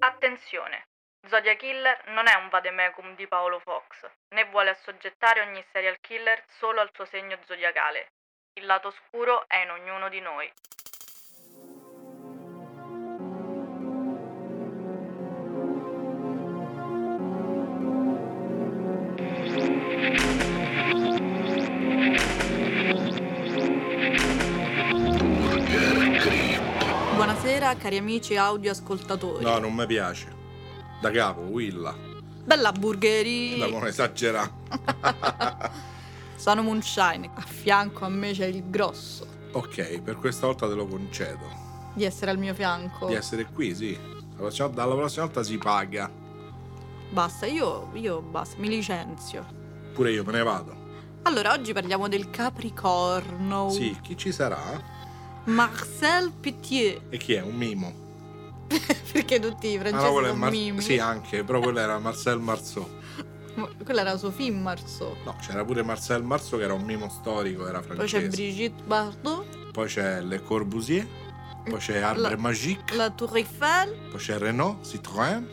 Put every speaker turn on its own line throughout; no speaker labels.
Attenzione! Zodiac Killer non è un vademecum di Paolo Fox, né vuole assoggettare ogni serial killer solo al suo segno zodiacale. Il lato oscuro è in ognuno di noi. Buonasera cari amici audioascoltatori.
No, non mi piace. Da capo, Willa.
Bella burgheria.
Da non esagerare.
Sono Moonshine, a fianco a me c'è il grosso
Ok, per questa volta te lo concedo.
di essere al mio fianco.
Di essere qui, sì. La prossima- dalla prossima volta si paga.
Basta, io, io basta, mi licenzio.
Pure io me ne vado.
Allora, oggi parliamo del Capricorno.
Sì, chi ci sarà?
Marcel Pitié,
E chi è? Un mimo.
perché tutti i francesi
Ah, quello è
sono
Mar-
Eh, mimi.
Sì, anche, però quello era Marcel Marceau.
Ma Quella era Sophie Marceau.
No, c'era pure Marcel Marceau che era un mimo storico, era
Poi c'è
francese.
Brigitte Bardot,
Poi c'è Le Corbusier, poi c'è Arbre
La-
Magique,
la Tour Eiffel.
poi c'è Renault, Citroën,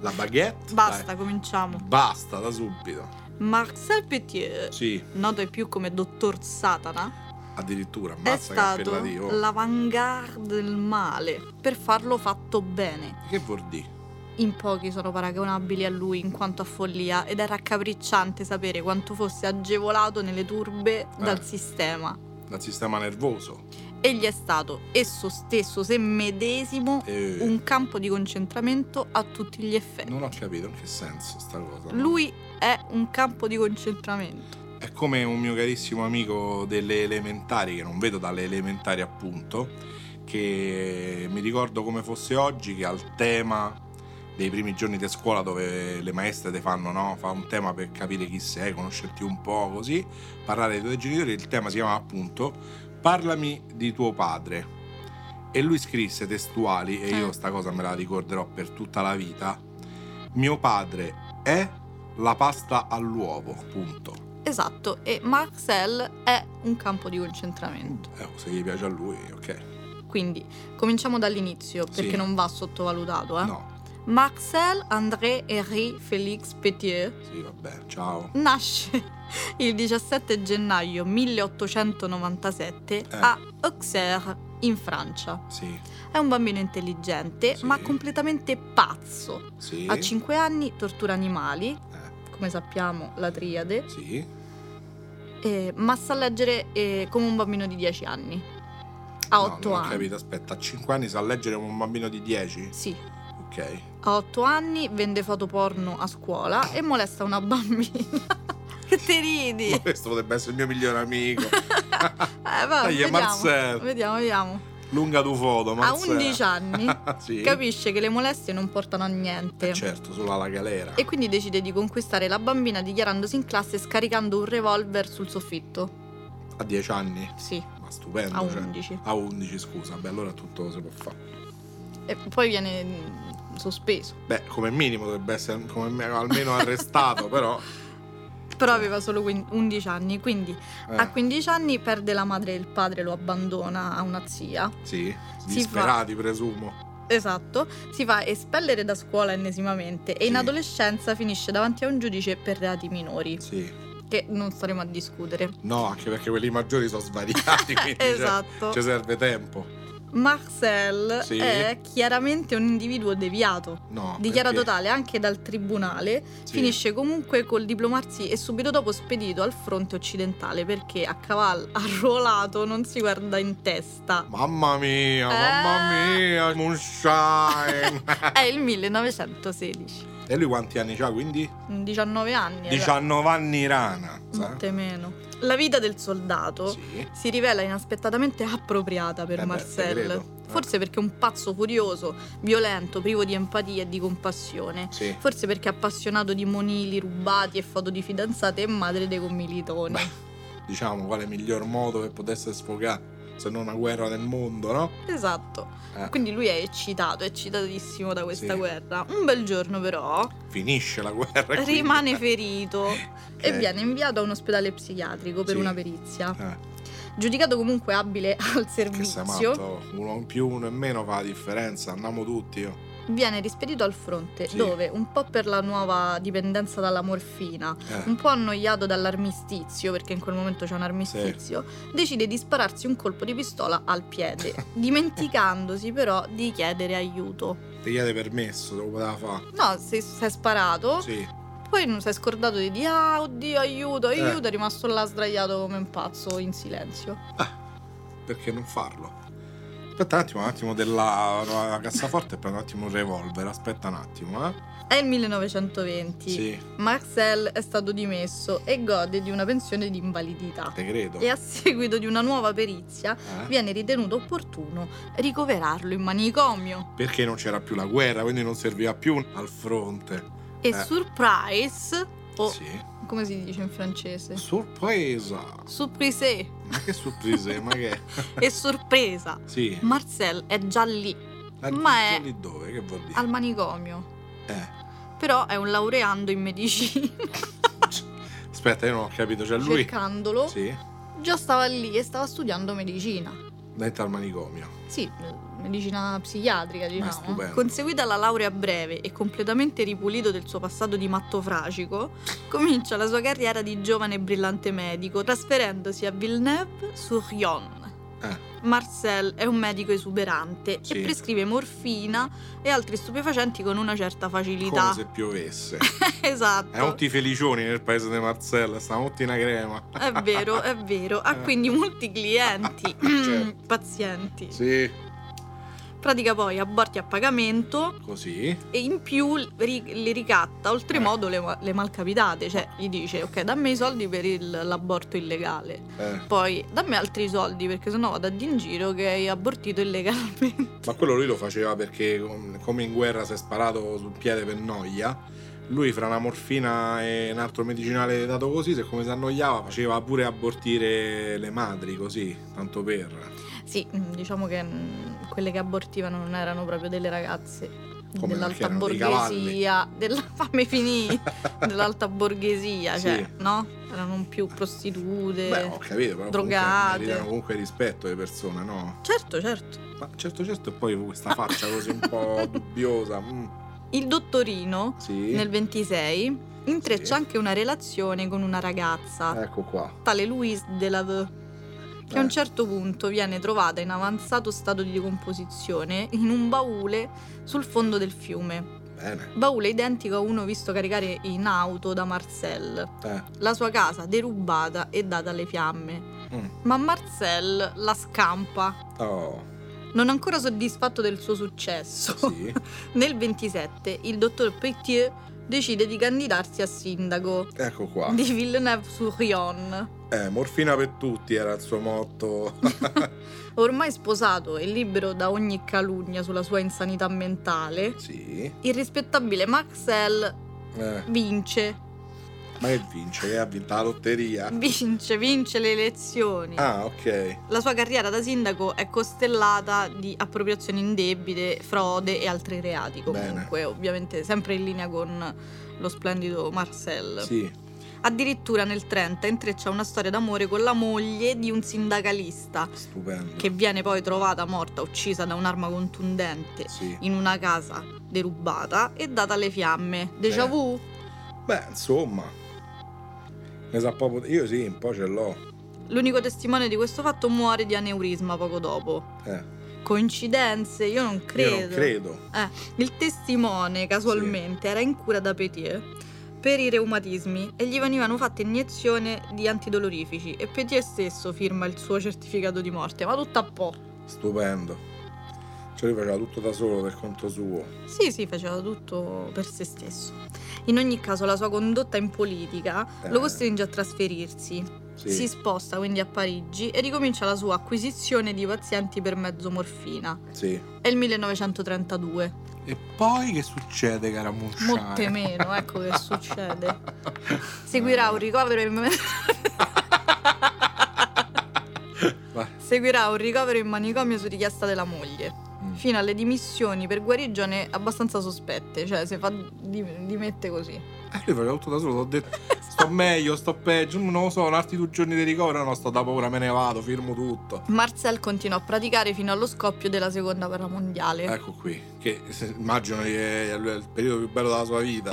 la baguette.
Basta,
Dai.
cominciamo.
Basta, da subito.
Marcel Pitié,
Sì,
noto ai più come Dottor Satana,
addirittura,
è
ammazza che
stato
appellativo.
l'avanguardia del male per farlo fatto bene.
Che vuol dire?
In pochi sono paragonabili a lui in quanto a follia ed è raccapricciante sapere quanto fosse agevolato nelle turbe
Eh.
dal sistema.
Dal sistema nervoso.
Egli è stato esso stesso, se medesimo,
Eh,
un campo di concentramento a tutti gli effetti.
Non ho capito in che senso sta cosa.
Lui è un campo di concentramento.
È come un mio carissimo amico delle elementari, che non vedo dalle elementari appunto, che mi ricordo come fosse oggi, che al tema dei primi giorni di scuola dove le maestre ti fanno, no? Fa un tema per capire chi sei, conoscerti un po' così, parlare dei tuoi genitori, il tema si chiamava appunto Parlami di tuo padre. E lui scrisse testuali, e io
Eh.
sta cosa me la ricorderò per tutta la vita, mio padre è la pasta all'uovo, punto.
Esatto, e Marcel è un campo di concentramento.
Eh, se gli piace a lui, ok.
Quindi cominciamo dall'inizio perché
Sì.
non va sottovalutato. Eh?
No,
Marcel André Henri Félix Pétier
sì, vabbè, ciao.
nasce il 17 gennaio 1897
Eh.
a Auxerre, in Francia.
Sì,
È un bambino intelligente
Sì.
ma completamente pazzo.
sì.
A 5 anni tortura animali,
eh,
come sappiamo la triade,
sì.
eh, ma sa leggere eh, come un bambino di 10 anni. A
No,
8
non ho
anni.
capito, aspetta, a 5 anni sa leggere come un bambino di 10?
Sì.
Ok.
A 8 anni vende foto porno a scuola e molesta una bambina. che te ridi?
Ma questo potrebbe essere il mio migliore amico.
Eh, vabbè,
Dai,
vediamo,
Marcel.
vediamo, vediamo.
Lunga tu foto, ma
A 11 anni
sì.
capisce che le molestie non portano a niente.
Eh, certo, solo alla galera.
E quindi decide di conquistare la bambina dichiarandosi in classe e scaricando un revolver sul soffitto.
A 10 anni.
Sì,
Ma stupendo.
a
cioè.
11.
A 11, scusa. Beh, allora tutto si può fare.
E poi viene mm, sospeso.
Beh, come minimo dovrebbe essere come me- almeno arrestato, però...
Però aveva solo quin- 11 anni, quindi
eh,
a 15 anni perde la madre e il padre lo abbandona a una zia.
Sì,
Si
disperati presumo.
Esatto, si fa espellere da scuola ennesimamente e in
Sì.
adolescenza finisce davanti a un giudice per reati minori,
Sì.
che non staremo a discutere.
No, anche perché quelli maggiori sono svariati, quindi cioè,
Esatto.
ci serve tempo.
Marcel
Sì.
è chiaramente un individuo deviato.
No,
Dichiarato
perché-
tale anche dal tribunale,
sì,
finisce comunque col diplomarsi e subito dopo spedito al fronte occidentale perché a cavallo arruolato non si guarda in testa.
Mamma mia,
Eh.
mamma mia, Moonshine.
È il 1916,
e lui quanti anni ha quindi?
in 19 anni.
19 anni rana. sa?
Molte meno. La vita del soldato
eh? Sì.
si rivela inaspettatamente appropriata per
Eh beh,
Marcel.
te credo. Eh.
Forse perché è un pazzo furioso, violento, privo di empatia e di compassione.
Sì.
Forse perché è appassionato di monili rubati e foto di fidanzate e madre dei commilitoni.
Beh, diciamo quale miglior modo per potersi sfogare se non una guerra nel mondo, no?
Esatto.
Eh,
Quindi lui è eccitato, è eccitatissimo da questa
Sì.
guerra. Un bel giorno però
finisce la guerra. quindi.
rimane ferito
Ok.
e viene inviato a un ospedale psichiatrico per
Sì.
una perizia.
Eh,
giudicato comunque abile al
Che sei
servizio,
matto? Uno in più, uno in meno fa la differenza. Andiamo tutti. io.
viene rispedito al fronte,
Sì.
dove, un po' per la nuova dipendenza dalla morfina,
Eh,
un po' annoiato dall'armistizio, perché in quel momento c'è un armistizio, decide di spararsi un colpo di pistola al piede, dimenticandosi però di chiedere aiuto.
Ti chiede permesso, te lo poteva fare.
No, si si è sparato,
Sì.
poi non si è scordato di dire ah, oddio, aiuto,
Eh.
aiuto, è rimasto là sdraiato come un pazzo in silenzio.
perché non farlo? Aspetta un attimo, un attimo della la cassaforte e prendo un attimo un revolver, aspetta un attimo, eh?
È il 1920,
Sì,
Marcel è stato dimesso e gode di una pensione di invalidità.
te credo.
E a seguito di una nuova perizia
eh?
viene ritenuto opportuno ricoverarlo in manicomio.
Perché non c'era più la guerra, quindi non serviva più al fronte.
E
Eh.
surprise, o
Sì.
come si dice in francese?
Sorpresa!
Surprise
Ma che sorprese, ma che...
e sorpresa.
Sì.
Marcel è già lì,
La-
ma è-
lì dove? Che vuol dire?
al manicomio.
Eh.
Però è un laureando in medicina.
Aspetta, io non ho capito, c'è lui...
Cercandolo,
Sì,
già stava lì e stava studiando medicina.
dentro al manicomio.
Sì, medicina psichiatrica, diciamo.
stupendo.
Conseguita la laurea breve e completamente ripulito del suo passato di matto fragico, comincia la sua carriera di giovane e brillante medico, trasferendosi a Villeneuve-sur-Yonne.
Eh.
Marcel è un medico esuberante
Sì.
e prescrive morfina e altri stupefacenti con una certa facilità.
Come se piovesse.
esatto.
Erano tutti felicioni nel paese di Marcella, stavamo tutti una crema.
È vero, è vero. Ha quindi molti clienti,
Eh. Certo.
pazienti.
Sì.
Pratica poi aborti a pagamento,
Così.
e in più ri- le ricatta oltremodo le, ma- le malcapitate, cioè gli dice ok dammi i soldi per il- l'aborto illegale,
Eh.
poi dammi altri soldi perché sennò vado a dire in giro che hai abortito illegalmente.
Ma quello lui lo faceva perché com- come in guerra si è sparato sul piede per noia. Lui fra una morfina e un altro medicinale dato così, se come si annoiava, faceva pure abortire le madri così, tanto per.
Sì, mm, diciamo che mm, quelle che abortivano non erano proprio delle ragazze
Come
dell'alta
erano dei
borghesia, della fammi finì, dell'alta borghesia,
Sì.
cioè, no? Erano più prostitute.
Beh, ho capito, però
drogate.
comunque meritano comunque rispetto le persone, no?
Certo, certo.
Ma certo certo e poi questa faccia così un po' dubbiosa. mm,
Il dottorino
sì.
nel 26 intreccia
Sì.
anche una relazione con una ragazza,
Ecco qua.
tale Louise Delaveux, che a
Eh.
un certo punto viene trovata in avanzato stato di decomposizione in un baule sul fondo del fiume.
Bene.
Baule identico a uno visto caricare in auto da Marcel.
Eh.
La sua casa derubata e data alle fiamme.
mm,
Ma Marcel la scampa,
Oh,
non ancora soddisfatto del suo successo.
sì.
Nel 27 il dottor Petier decide di candidarsi a sindaco
Ecco qua.
di Villeneuve-sur-Yonne.
Eh, morfina per tutti era il suo motto.
Ormai sposato e libero da ogni calunnia sulla sua insanità mentale,
sì.
il rispettabile Maxel
Eh.
vince,
Ma che vince? Che ha vinto la lotteria?
vince, vince le elezioni.
Ah, ok.
La sua carriera da sindaco è costellata di appropriazioni indebite, frode e altri reati comunque, ovviamente sempre in linea con lo splendido Marcel.
Sì.
Addirittura nel 30 intreccia una storia d'amore con la moglie di un sindacalista,
Stupendo.
che viene poi trovata morta, uccisa da un'arma contundente
Sì.
in una casa derubata e data alle fiamme. Déjà
Eh.
vu?
Beh, insomma. Ne sa proprio. Io sì, un po' ce l'ho.
L'unico testimone di questo fatto muore di aneurisma poco dopo.
Eh.
Coincidenze? Io non credo.
Io non credo.
Il testimone, casualmente, era in cura da Petier per i reumatismi e gli venivano fatte iniezioni di antidolorifici e Petier stesso firma il suo certificato di morte, ma tutto a po'.
Stupendo. Cioè lui faceva tutto da solo per conto suo.
Sì, sì, faceva tutto per se stesso. In ogni caso, la sua condotta in politica
Eh.
lo costringe a trasferirsi.
Sì.
Si sposta quindi a Parigi e ricomincia la sua acquisizione di pazienti per mezzo morfina.
Sì.
È il 1932.
E poi che succede, cara Munciana?
Molte meno, ecco che succede. Seguirà un ricovero in...
Vai.
Seguirà un ricovero in manicomio su richiesta della moglie.
Mm. Mm.
fino alle dimissioni per guarigione abbastanza sospette, cioè se fa di- dimette così.
Eh, lui faceva tutto da solo, ho detto sto meglio, sto peggio, mm, non lo so, un altri due giorni di ricovero, no, sto da paura, me ne vado, firmo tutto.
Marcel continuò a praticare fino allo scoppio della seconda guerra mondiale.
Ecco qui, che se- immagino che è il periodo più bello della sua vita.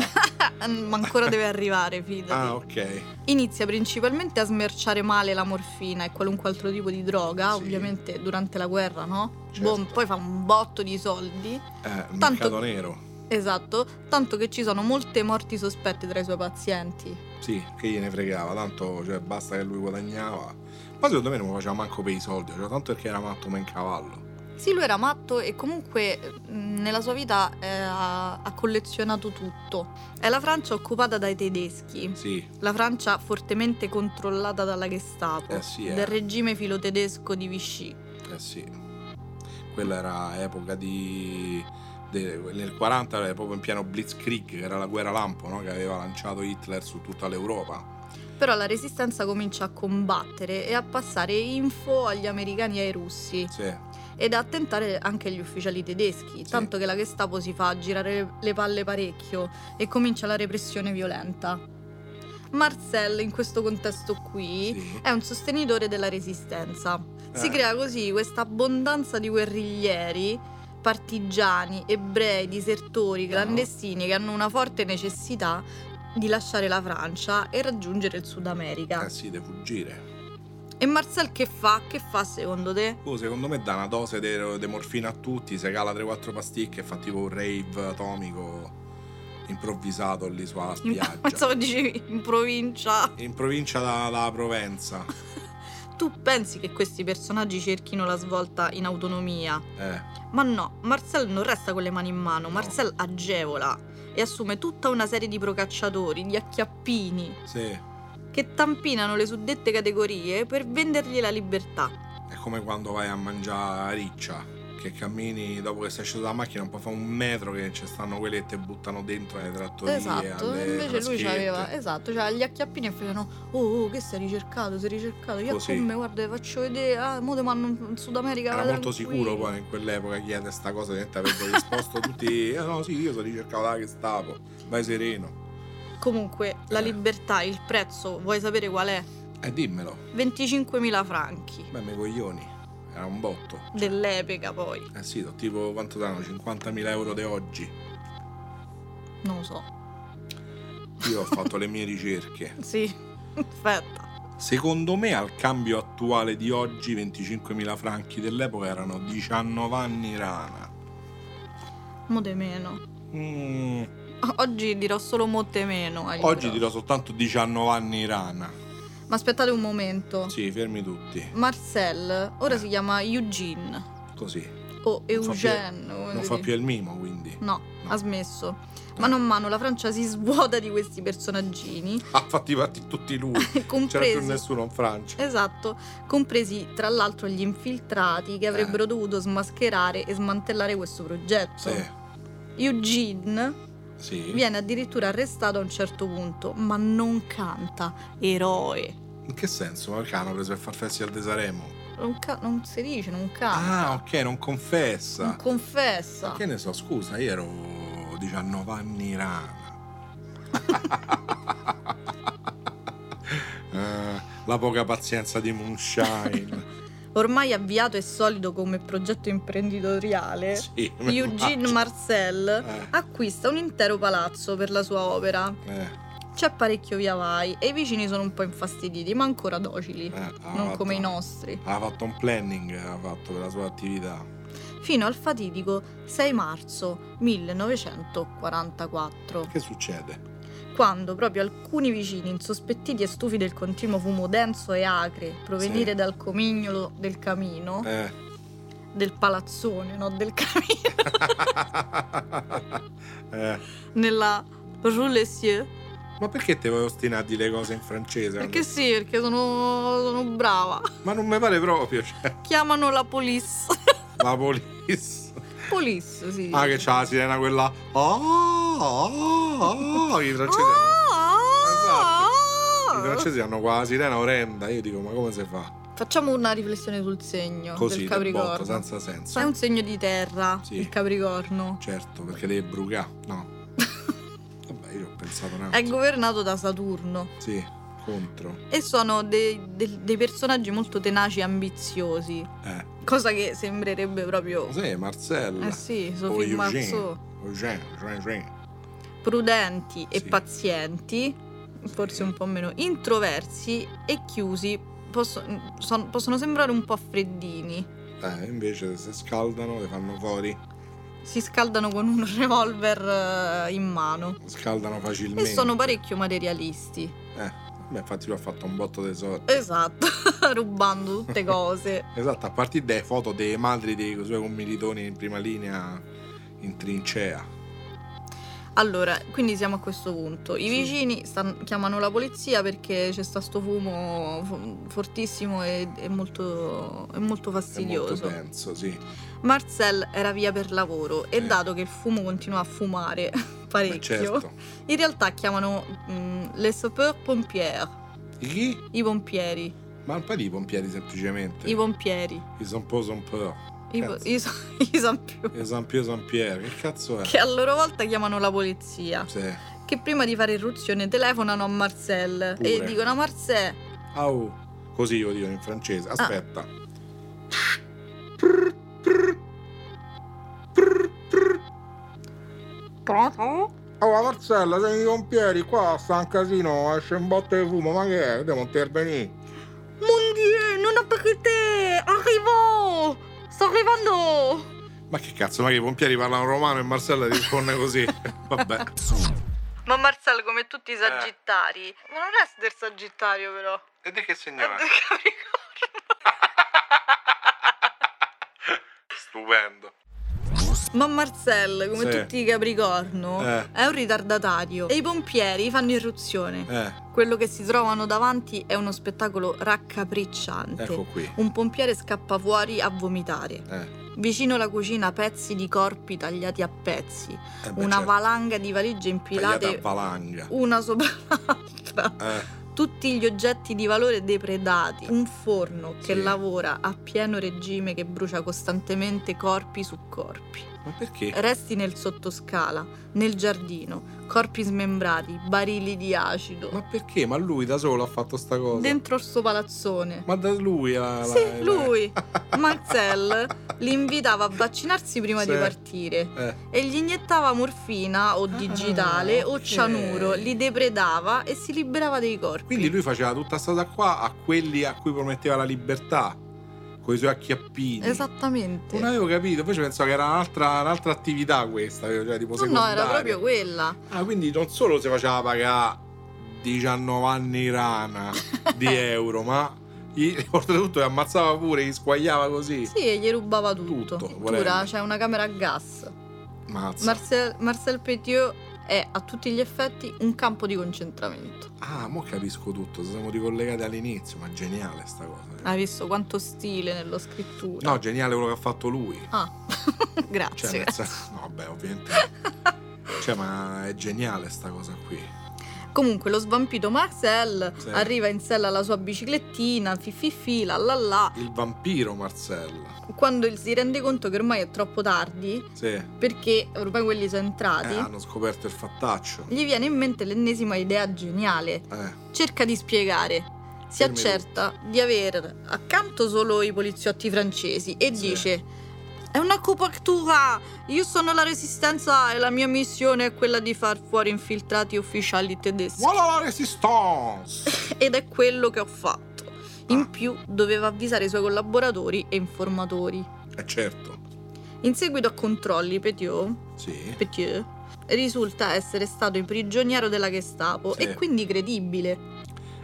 Ah, Ma ancora deve arrivare, fidati.
ah, ok.
Inizia principalmente a smerciare male la morfina e qualunque altro tipo di droga,
Sì.
ovviamente durante la guerra, no?
Certo.
Boom, poi fa un botto di soldi.
Eh, un
Tanto-
mercato nero.
Esatto, tanto che ci sono molte morti sospette tra i suoi pazienti.
Sì, che gliene fregava, tanto cioè, basta che lui guadagnava. Poi secondo me non lo faceva manco per i soldi, cioè, tanto perché era matto ma in cavallo.
Sì, lui era matto e comunque mh, nella sua vita eh, ha, ha collezionato tutto. È la Francia occupata dai tedeschi,
Sì,
la Francia fortemente controllata dalla Gestapo,
Eh sì, eh.
del regime filotedesco di Vichy.
eh sì. Quella era epoca di... de- nel 40 era proprio in pieno Blitzkrieg, che era la guerra lampo, no? Che aveva lanciato Hitler su tutta l'Europa.
Però la resistenza comincia a combattere e a passare info agli americani e ai russi
Sì,
ed a tentare anche gli ufficiali tedeschi,
Sì.
tanto che la Gestapo si fa girare le- le palle parecchio e comincia la repressione violenta. Marcel in questo contesto qui
sì.
è un sostenitore della resistenza. Si
Eh.
crea così questa abbondanza di guerriglieri, partigiani, ebrei, disertori, clandestini che hanno una forte necessità di lasciare la Francia e raggiungere il Sud America.
Eh sì, deve fuggire.
E Marcel che fa? Che fa secondo te?
Oh, secondo me dà una dose di morfina a tutti, se cala 3-4 pasticche e fa tipo un rave atomico improvvisato lì sulla spiaggia.
Pensavo dicevi in provincia.
in provincia da, da Provenza.
Tu pensi che questi personaggi cerchino la svolta in autonomia?
Eh,
Ma no, Marcel non resta con le mani in mano,
No.
Marcel agevola e assume tutta una serie di procacciatori, di acchiappini,
sì.
che tampinano le suddette categorie per vendergli la libertà.
È come quando vai a mangiare a riccia, che cammini dopo che sei sceso dalla macchina un po' fa un metro che ci stanno quelli che ti buttano dentro alle trattorie.
esatto,
alle
invece lui
fraschette.
c'aveva, esatto, c'aveva gli acchiappini e facevano "Oh, oh, che sei ricercato, sei ricercato, io
Così.
come guarda, ti faccio vedere, ah, mo te mando in Sud America".
Era
vai
molto
tranquillo".
sicuro poi in quell'epoca chi è questa cosa che ti avrebbe risposto tutti "Ah, no sì io sono ricercato là che stavo, vai sereno.
Comunque, la
Eh.
libertà, il prezzo, vuoi sapere qual è?
E dimmelo,
25.000 franchi
beh me coglioni, era un botto.
dell'epica poi,
Eh sì, sono tipo quanto danno? 50.000 euro di oggi.
non lo so.
Io ho fatto le mie ricerche.
Sì. Aspetta.
Secondo me al cambio attuale di oggi 25.000 franchi dell'epoca erano 19 anni rana.
Mo de meno.
Mm,
O- Oggi dirò solo mote meno. agli
Oggi
ebrei.
dirò soltanto 19 anni rana.
Ma aspettate un momento.
Sì, fermi tutti.
Marcel ora si chiama Eugene
Così.
o
Eh. Non fa più-
Eugene. come
Non
si
fa
dice.
più il mimo, quindi.
No,
No.
ha smesso. Mano a mano la Francia si svuota di questi personaggini,
Ha fatti fatti tutti lui. C'era più
compresi.
nessuno in Francia.
Esatto, compresi tra l'altro gli infiltrati
Eh.
che avrebbero dovuto smascherare e smantellare questo progetto.
Sì.
Eugene
Sì.
viene addirittura arrestato a un certo punto, ma non canta, eroe.
In che senso? Ma perché hanno preso per far festival di Saremo?
Non, ca- non si dice, non canta,
Ah, ok, non confessa.
non confessa.
Che ne so, scusa, io ero 19 anni rana. Eh, la poca pazienza di Moonshine.
Ormai avviato e solido come progetto imprenditoriale,
Sì, me lo
Eh, Eugene
immagino.
Marcel
Eh,
acquista un intero palazzo per la sua opera.
eh,
C'è parecchio via vai e i vicini sono un po' infastiditi, ma ancora docili,
eh, ha
non
fatto-
come i nostri.
Ha fatto un planning, ha fatto per la sua attività.
Fino al fatidico 6 marzo 1944,
Che succede?
quando proprio alcuni vicini insospettiti e stufi del continuo fumo denso e acre provenire
Sì.
dal comignolo del camino,
Eh.
del palazzone, no, del camino,
Eh,
nella Rue Lessieux,
Ma perché te vuoi ostinare a dire le cose in francese?
Perché sì, perché sono, sono brava.
Ma non mi pare proprio, cioè,
Chiamano la police.
la polizia.
police, sì.
Ah, che c'ha la sirena quella. Oh, oh, oh. I, francesi hanno,
Ah,
Esatto. i francesi hanno qua la sirena orrenda. Io dico, ma come si fa?
Facciamo una riflessione sul segno
Così,
del
del botto,
Capricorno.
senza senso.
È un segno di terra,
Sì.
il Capricorno.
Certo, perché deve brugare. No. Vabbè, io ho pensato un
È
attimo.
governato da Saturno
Sì, contro.
e sono dei, dei- dei personaggi molto tenaci e ambiziosi,
Eh.
cosa che sembrerebbe proprio...
Cos'è Marcella? Oh,
Eh sì,
o
Sophie
Eugene.
Marceau.
Eugene, Eugene, Eugene.
Prudenti e
Sì.
pazienti, forse un po' meno introversi e chiusi, posso- son- possono sembrare un po' freddini.
Eh, invece se scaldano le fanno fuori,
si scaldano con un revolver eh, in mano
scaldano
e
facilmente.
sono parecchio materialisti.
Eh, beh, infatti lui ha fatto un botto tesoro.
Esatto, rubando tutte cose.
Esatto, a partire dalle foto delle madri dei suoi commilitoni in prima linea in trincea.
Allora, quindi siamo a questo punto.
Sì.
I vicini stan- chiamano la polizia perché c'è sta sto fumo fo- fortissimo e, e molto, e molto
È molto
fastidioso.
denso, sì.
Marcel era via per lavoro e
Sì.
dato che il fumo continua a fumare
Beh,
parecchio,
certo.
in realtà chiamano mm, les sapeurs pompiers,
I chi?
i pompieri,
Ma un po' di pompieri semplicemente.
i pompieri.
I son po' son po'.
I,
Cazzo.
i, so- i Sampiù,
I son Pio son Piero. Che cazzo è?
che a loro volta chiamano la polizia,
Sì.
che prima di fare irruzione telefonano a Marcel e
Pure.
dicono a Marcel,
Au. Così lo dicono in
Ah.
francese. Aspetta. Oh, Marcella, sei i pompieri qua, sta un casino, esce un botto di fumo, ma che è? Devo intervenire.
Mon Dieu, non te, arrivo, sto arrivando.
Ma che cazzo, ma che i pompieri parlano romano e Marcella risponde così? Vabbè.
Ma Marcel, come tutti i sagittari, ma non è del sagittario però,
E di che
è del capricorno.
Stupendo.
Ma Marcel, come
Sì.
tutti i capricorno,
Eh.
è un ritardatario e i pompieri fanno irruzione.
Eh,
Quello che si trovano davanti è uno spettacolo raccapricciante.
ecco qui.
Un pompiere scappa fuori a vomitare.
Eh,
Vicino alla cucina pezzi di corpi tagliati a pezzi.
eh beh,
Una
certo,
valanga di Uh. valigie
tagliata a
impilate
valanga.
una sopra l'altra.
Eh,
Tutti gli oggetti di valore depredati. Un forno che
Sì.
lavora a pieno regime che brucia costantemente corpi su corpi.
ma perché?
Resti nel sottoscala, nel giardino, corpi smembrati, barili di acido.
Ma perché? Ma lui da solo ha fatto sta cosa.
Dentro il suo palazzone.
Ma da lui la, la-
Sì,
la-
lui. Marcel li invitava a vaccinarsi prima di
Sì.
partire
Eh,
e gli iniettava morfina o digitale o
ok.
cianuro, li depredava e si liberava dei corpi.
quindi lui faceva tutta questa cosa qua a quelli a cui prometteva la libertà, con i suoi acchiappini.
Esatto. Esattamente.
Non avevo capito, poi ci pensavo che era un'altra, un'altra attività questa, cioè tipo
No, no, era
secondaria.
proprio quella.
Ah, quindi non solo si faceva pagare 19 anni rana di euro, ma gli- oltretutto li ammazzava pure, li squagliava così.
Sì, e gli rubava tutto.
Tutto,
Addirittura
volendo.
c'è una camera a gas.
Mazza.
Marcel, Marcel Petiot è a tutti gli effetti un campo di concentramento.
ah, mo capisco tutto, ci siamo ricollegati all'inizio, ma geniale sta cosa.
Hai visto quanto stile nello scrittura?
No, geniale quello che ha fatto lui.
Ah,
Cioè,
grazie.
nel senso- no, vabbè, ovviamente. cioè, ma è geniale sta cosa qui.
Comunque lo svampito Marcel
Sì.
arriva in sella alla sua biciclettina, fififi, la la la.
Il vampiro Marcella.
Quando si rende conto che ormai è troppo tardi,
Sì. Eh,
perché ormai quelli sono entrati,
hanno scoperto il fattaccio.
gli viene in mente l'ennesima idea geniale.
Eh,
Cerca di spiegare. Si
Fermi
accerta di aver accanto solo i poliziotti francesi e
Sì.
dice: È una copertura! Io sono la resistenza e la mia missione è quella di far fuori infiltrati ufficiali tedeschi.
voilà la resistance!
Ed è quello che ho fatto. In
Ah.
più doveva avvisare i suoi collaboratori e informatori.
Eh, certo.
In seguito a controlli, Petiot
Sì.
Petiot risulta essere stato il prigioniero della Gestapo
Sì.
e quindi credibile.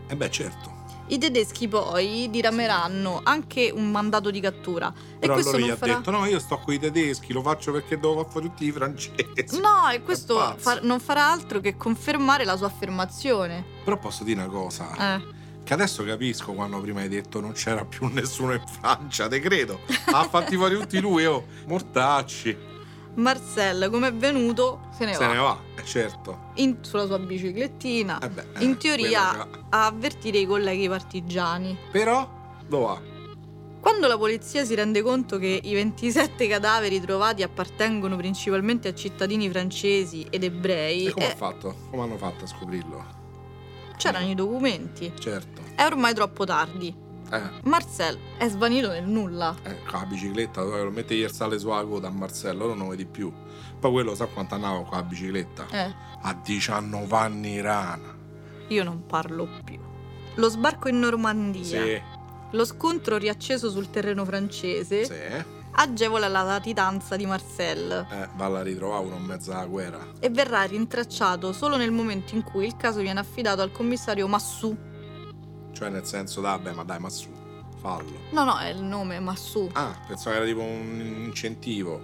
Eh beh, certo.
I tedeschi poi dirameranno anche un mandato di cattura e
Però
questo
allora gli
non
ha
farà
detto: No, io sto con i tedeschi, lo faccio perché devo far fuori tutti i francesi.
No, e questo
È pazzo.
fa- non farà altro che confermare la sua affermazione.
Però posso dire una cosa:
Eh.
che adesso capisco quando prima hai detto non c'era più nessuno in Francia, te credo. Ha fatti fuori tutti lui, oh, mortacci.
Marcel, come è venuto, se ne
Se
va
ne va, eh, certo.
in- sulla sua biciclettina
Eh beh, eh,
In teoria-
quello già.
a avvertire i colleghi partigiani.
Però Dove va?
Quando la polizia si rende conto che i 27 cadaveri trovati appartengono principalmente a cittadini francesi ed ebrei,
E come
eh,
ha fatto? Come hanno fatto a scoprirlo?
c'erano i documenti.
Certo.
È ormai troppo tardi.
Eh,
Marcel è svanito nel nulla.
eh, con la bicicletta, dove lo mette il sale sulla coda a Marcello, non lo vedi più. Poi quello sa quanto andava con la bicicletta.
Eh,
A 19 anni rana.
io non parlo più. Lo sbarco in Normandia,
Sì,
lo scontro riacceso sul terreno francese,
sì. Eh,
agevola la latitanza di Marcel
va la ritrovavano in mezzo alla guerra.
e verrà rintracciato solo nel momento in cui il caso viene affidato al commissario Massou.
Cioè nel senso, da, beh, ma dai, ma su, fallo.
No, no, è il nome Massou.
Ah, pensavo era tipo un incentivo.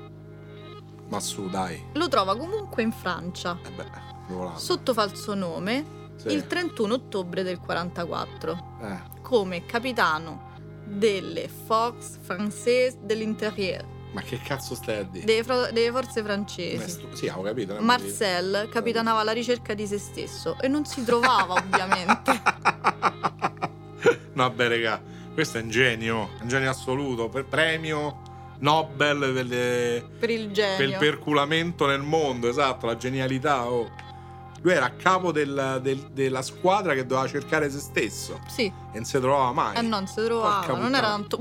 Ma su, dai.
Lo trova comunque in Francia,
E beh, volando.
sotto falso nome,
Sì.
il 31 ottobre del 44,
Eh,
come capitano delle Fox Françaises de l'Intérieur,
ma che cazzo stai a dire?
delle, fro- delle forze
Ma è
francesi.
stu- sì, avevo capito. non è
Marcel capitanava alla ricerca di se stesso e non si trovava ovviamente.
no, beh, raga, questo è un genio, un genio assoluto, per premio Nobel per, le-
Per il
per il
genio.
perculamento nel mondo, esatto, la genialità. oh. Lui era a capo del- del- della squadra che doveva cercare se stesso
Sì,
e non si trovava mai.
e non si trovava,
Porca
non era
puttana.
tanto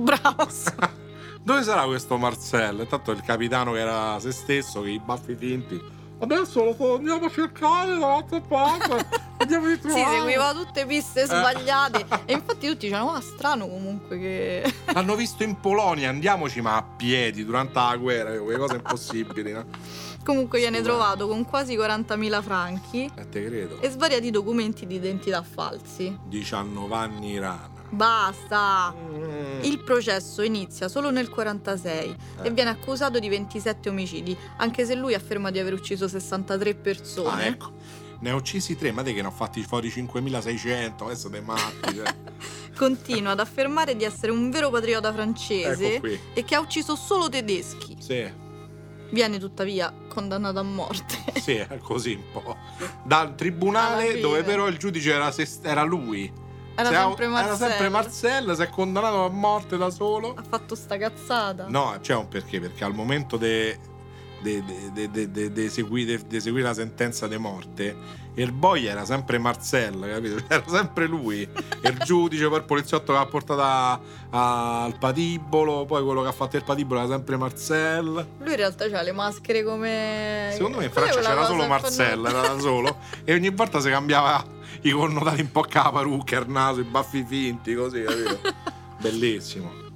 bravo.
Dove sarà questo Marcel? Intanto il capitano che era se stesso, che i baffi finti. Adesso lo so, andiamo a cercare l'altra parte. Andiamo di
Sì,
trovare.
seguiva tutte
Eh.
piste sbagliate. E infatti tutti dicevano, ma strano comunque che...
L'hanno visto in Polonia, andiamoci ma a piedi durante la guerra, quelle cose impossibili, no?
Comunque viene
Scusa.
trovato con quasi 40.000 franchi
E Eh, te credo.
e svariati documenti di identità falsi.
19 anni rana.
Basta!
Mm.
Il processo inizia solo nel 46 e
Eh.
viene accusato di 27 omicidi, anche se lui afferma di aver ucciso 63 persone.
Ah, ecco. Ne ho uccisi tre, ma te che ne ho fatti fuori 5600, adesso dei matti. cioè.
Eh, Continua ad affermare di essere un vero patriota francese
Ecco qui.
e che ha ucciso solo tedeschi.
Sì,
Viene tuttavia condannato a morte.
sì, è così un po'. Dal tribunale
Alla fine.
dove però il giudice era, se- era lui.
Era
Se-
sempre Marcello.
Era sempre Marcel, si è condannato a morte da solo.
Ha fatto sta cazzata.
No, c'è un perché, perché al momento di eseguire la sentenza di morte, il boy era sempre Marcel, capito? Era sempre lui, il giudice, poi il poliziotto che l'ha portato a- a- al patibolo, poi quello che ha fatto il patibolo era sempre Marcel.
Lui in realtà c'ha le maschere come...
Secondo me in
Quella è
Francia
quella
c'era
cosa
solo
che
Marcel,
fanno-
era da solo, e ogni volta si cambiava i connotati un po' con la parrucca, il naso, i baffi finti, così, capito? Bellissimo.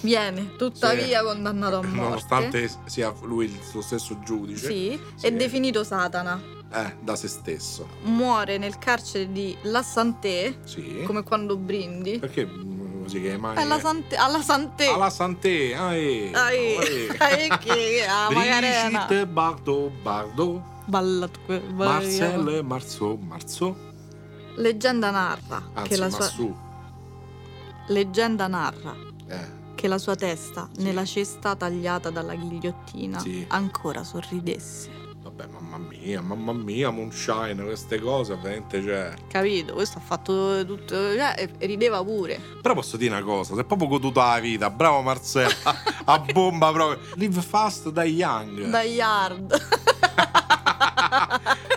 Viene tuttavia
Sì.
condannato a morte.
Nonostante sia lui il suo stesso giudice.
Sì,
Sì.
è definito Satana.
Eh, da se stesso.
Muore nel carcere di La Santé,
Sì.
come quando brindi.
Perché mm, così che mai?
Alla Santé. Alla Santé.
Alla Santé. Ah, eh.
Ai, ai, che- ah, Macarena.
Brigitte Bardot, Bardot,
Balla tu que- balla-
Marcel Marceau, Marceau,
Leggenda narra che
anzi
la sua
Massou.
leggenda narra
Eh,
che la sua testa
Sì.
nella cesta tagliata dalla ghigliottina
Sì.
ancora sorridesse.
vabbè, mamma mia, mamma mia, Moonshine, queste cose cioè. veramente c'è.
Capito? Questo ha fatto tutto cioè, e- e rideva pure.
Però posso dire una cosa, si è proprio goduta la vita, bravo Marcel, a, a bomba proprio. Live fast die young.
Da yard.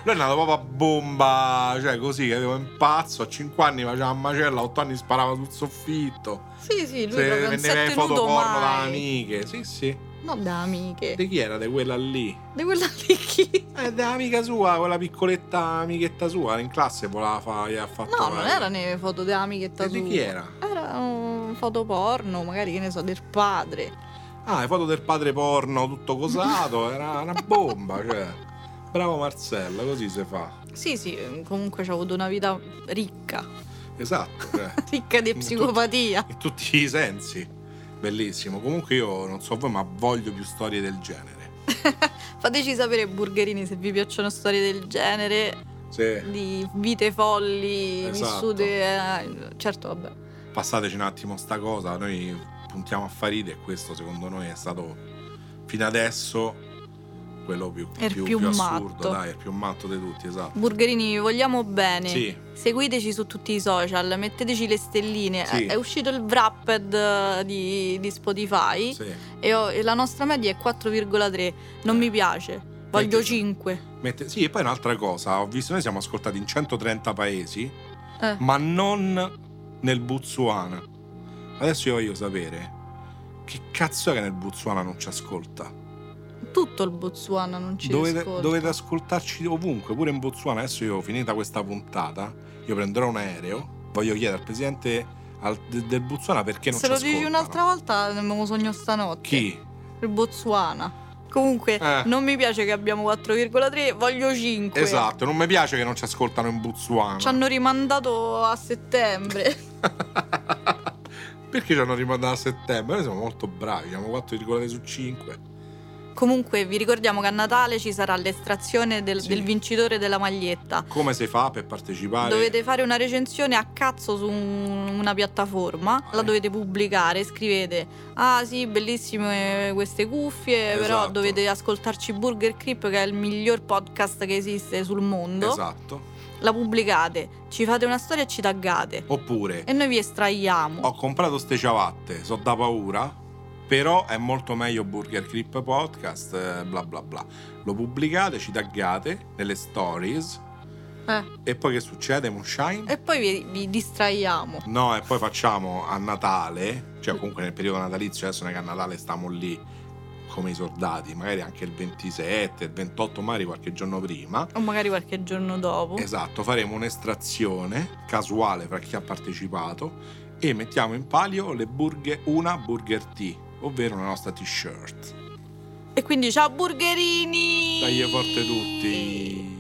Lui è nato proprio a bomba, cioè così, che avevo un pazzo, a 5 anni faceva la macella, a 8 anni sparava sul soffitto.
Sì, sì, lui
Se
proprio non si
vendeva
è
le foto
tenuto
porno da
mai.
amiche, sì sì.
No, da amiche.
Di chi era? Di quella lì?
Di quella lì chi?
Eh, dell'amica sua, quella piccoletta amichetta sua, era in classe voleva fare, gli ha fatto...
No, non
male.
era ne foto di amichetta
E Cioè, eh. di
sua.
chi era?
Era un fotoporno, magari che ne so, del padre.
Ah, le foto del padre porno tutto cosato, era una bomba, cioè. Bravo Marcella, così si fa.
Sì, sì, comunque ci ha avuto una vita ricca,
Esatto, cioè.
ricca di
Tutto-
psicopatia.
in tutti i sensi. Bellissimo. Comunque io non so voi, ma voglio più storie del genere.
Fateci sapere, burgerini, se vi piacciono storie del genere,
Se
di vite folli,
Esatto.
vissute... eh, certo, vabbè.
passateci un attimo sta cosa, noi puntiamo a Faride e questo secondo noi è stato fino adesso quello più,
È il
più-
più
più assurdo,
matto.
dai, è il più matto di tutti, esatto.
Burgerini, vi vogliamo bene.
Sì,
Seguiteci su tutti i social, metteteci le stelline.
Sì.
È uscito il Wrapped eh, di, di Spotify
sì.
e, ho- e la nostra media è 4,3.
Eh.
Non mi piace, voglio
Mettete-
5.
Mette- sì, e poi un'altra cosa, ho visto, noi siamo ascoltati in 130 paesi,
Eh.
ma non nel Botswana. Adesso io voglio sapere che cazzo è che nel Botswana non ci ascolta?
Tutto il Botswana non ci
dovete,
ascolta.
dovete ascoltarci ovunque, pure in Botswana. Adesso io ho finita questa puntata, io prenderò un aereo, voglio chiedere al presidente al- de- del Botswana perché non
Se
ci
lo
ascoltano.
dici un'altra volta, eh, me lo sogno stanotte.
Chi?
Il Botswana. Comunque,
Eh.
non mi piace che abbiamo 4,3, voglio 5.
Esatto, non mi piace che non ci ascoltano in Botswana.
Ci hanno rimandato a settembre.
Perché ci hanno rimandato a settembre? Noi siamo molto bravi, siamo 4,3 su 5.
Comunque, vi ricordiamo che a Natale ci sarà l'estrazione del,
Sì.
del vincitore della maglietta.
Come si fa per partecipare?
Dovete fare una recensione a cazzo su un- una piattaforma, la
Eh.
dovete pubblicare, scrivete "Ah sì, bellissime queste cuffie, però
Esatto.
dovete ascoltarci Burger Creep che è il miglior podcast che esiste sul mondo".
Esatto.
La pubblicate, ci fate una storia e ci taggate
Oppure
e noi vi estraiamo.
ho comprato ste ciabatte, so da paura. Però è molto meglio Burger Clip Podcast, eh, bla bla bla. Lo pubblicate, ci taggate nelle stories.
Eh.
E poi che succede, Moonshine?
E poi vi, vi distraiamo.
No, e poi facciamo a Natale, cioè comunque nel periodo natalizio, adesso non è che a Natale stiamo lì come i soldati, magari anche il 27, il 28, magari qualche giorno prima.
O magari qualche giorno dopo.
Esatto, faremo un'estrazione casuale fra chi ha partecipato e mettiamo in palio le burger, una burger tea, ovvero la nostra t-shirt.
E quindi ciao burgerini!
Dai forte tutti!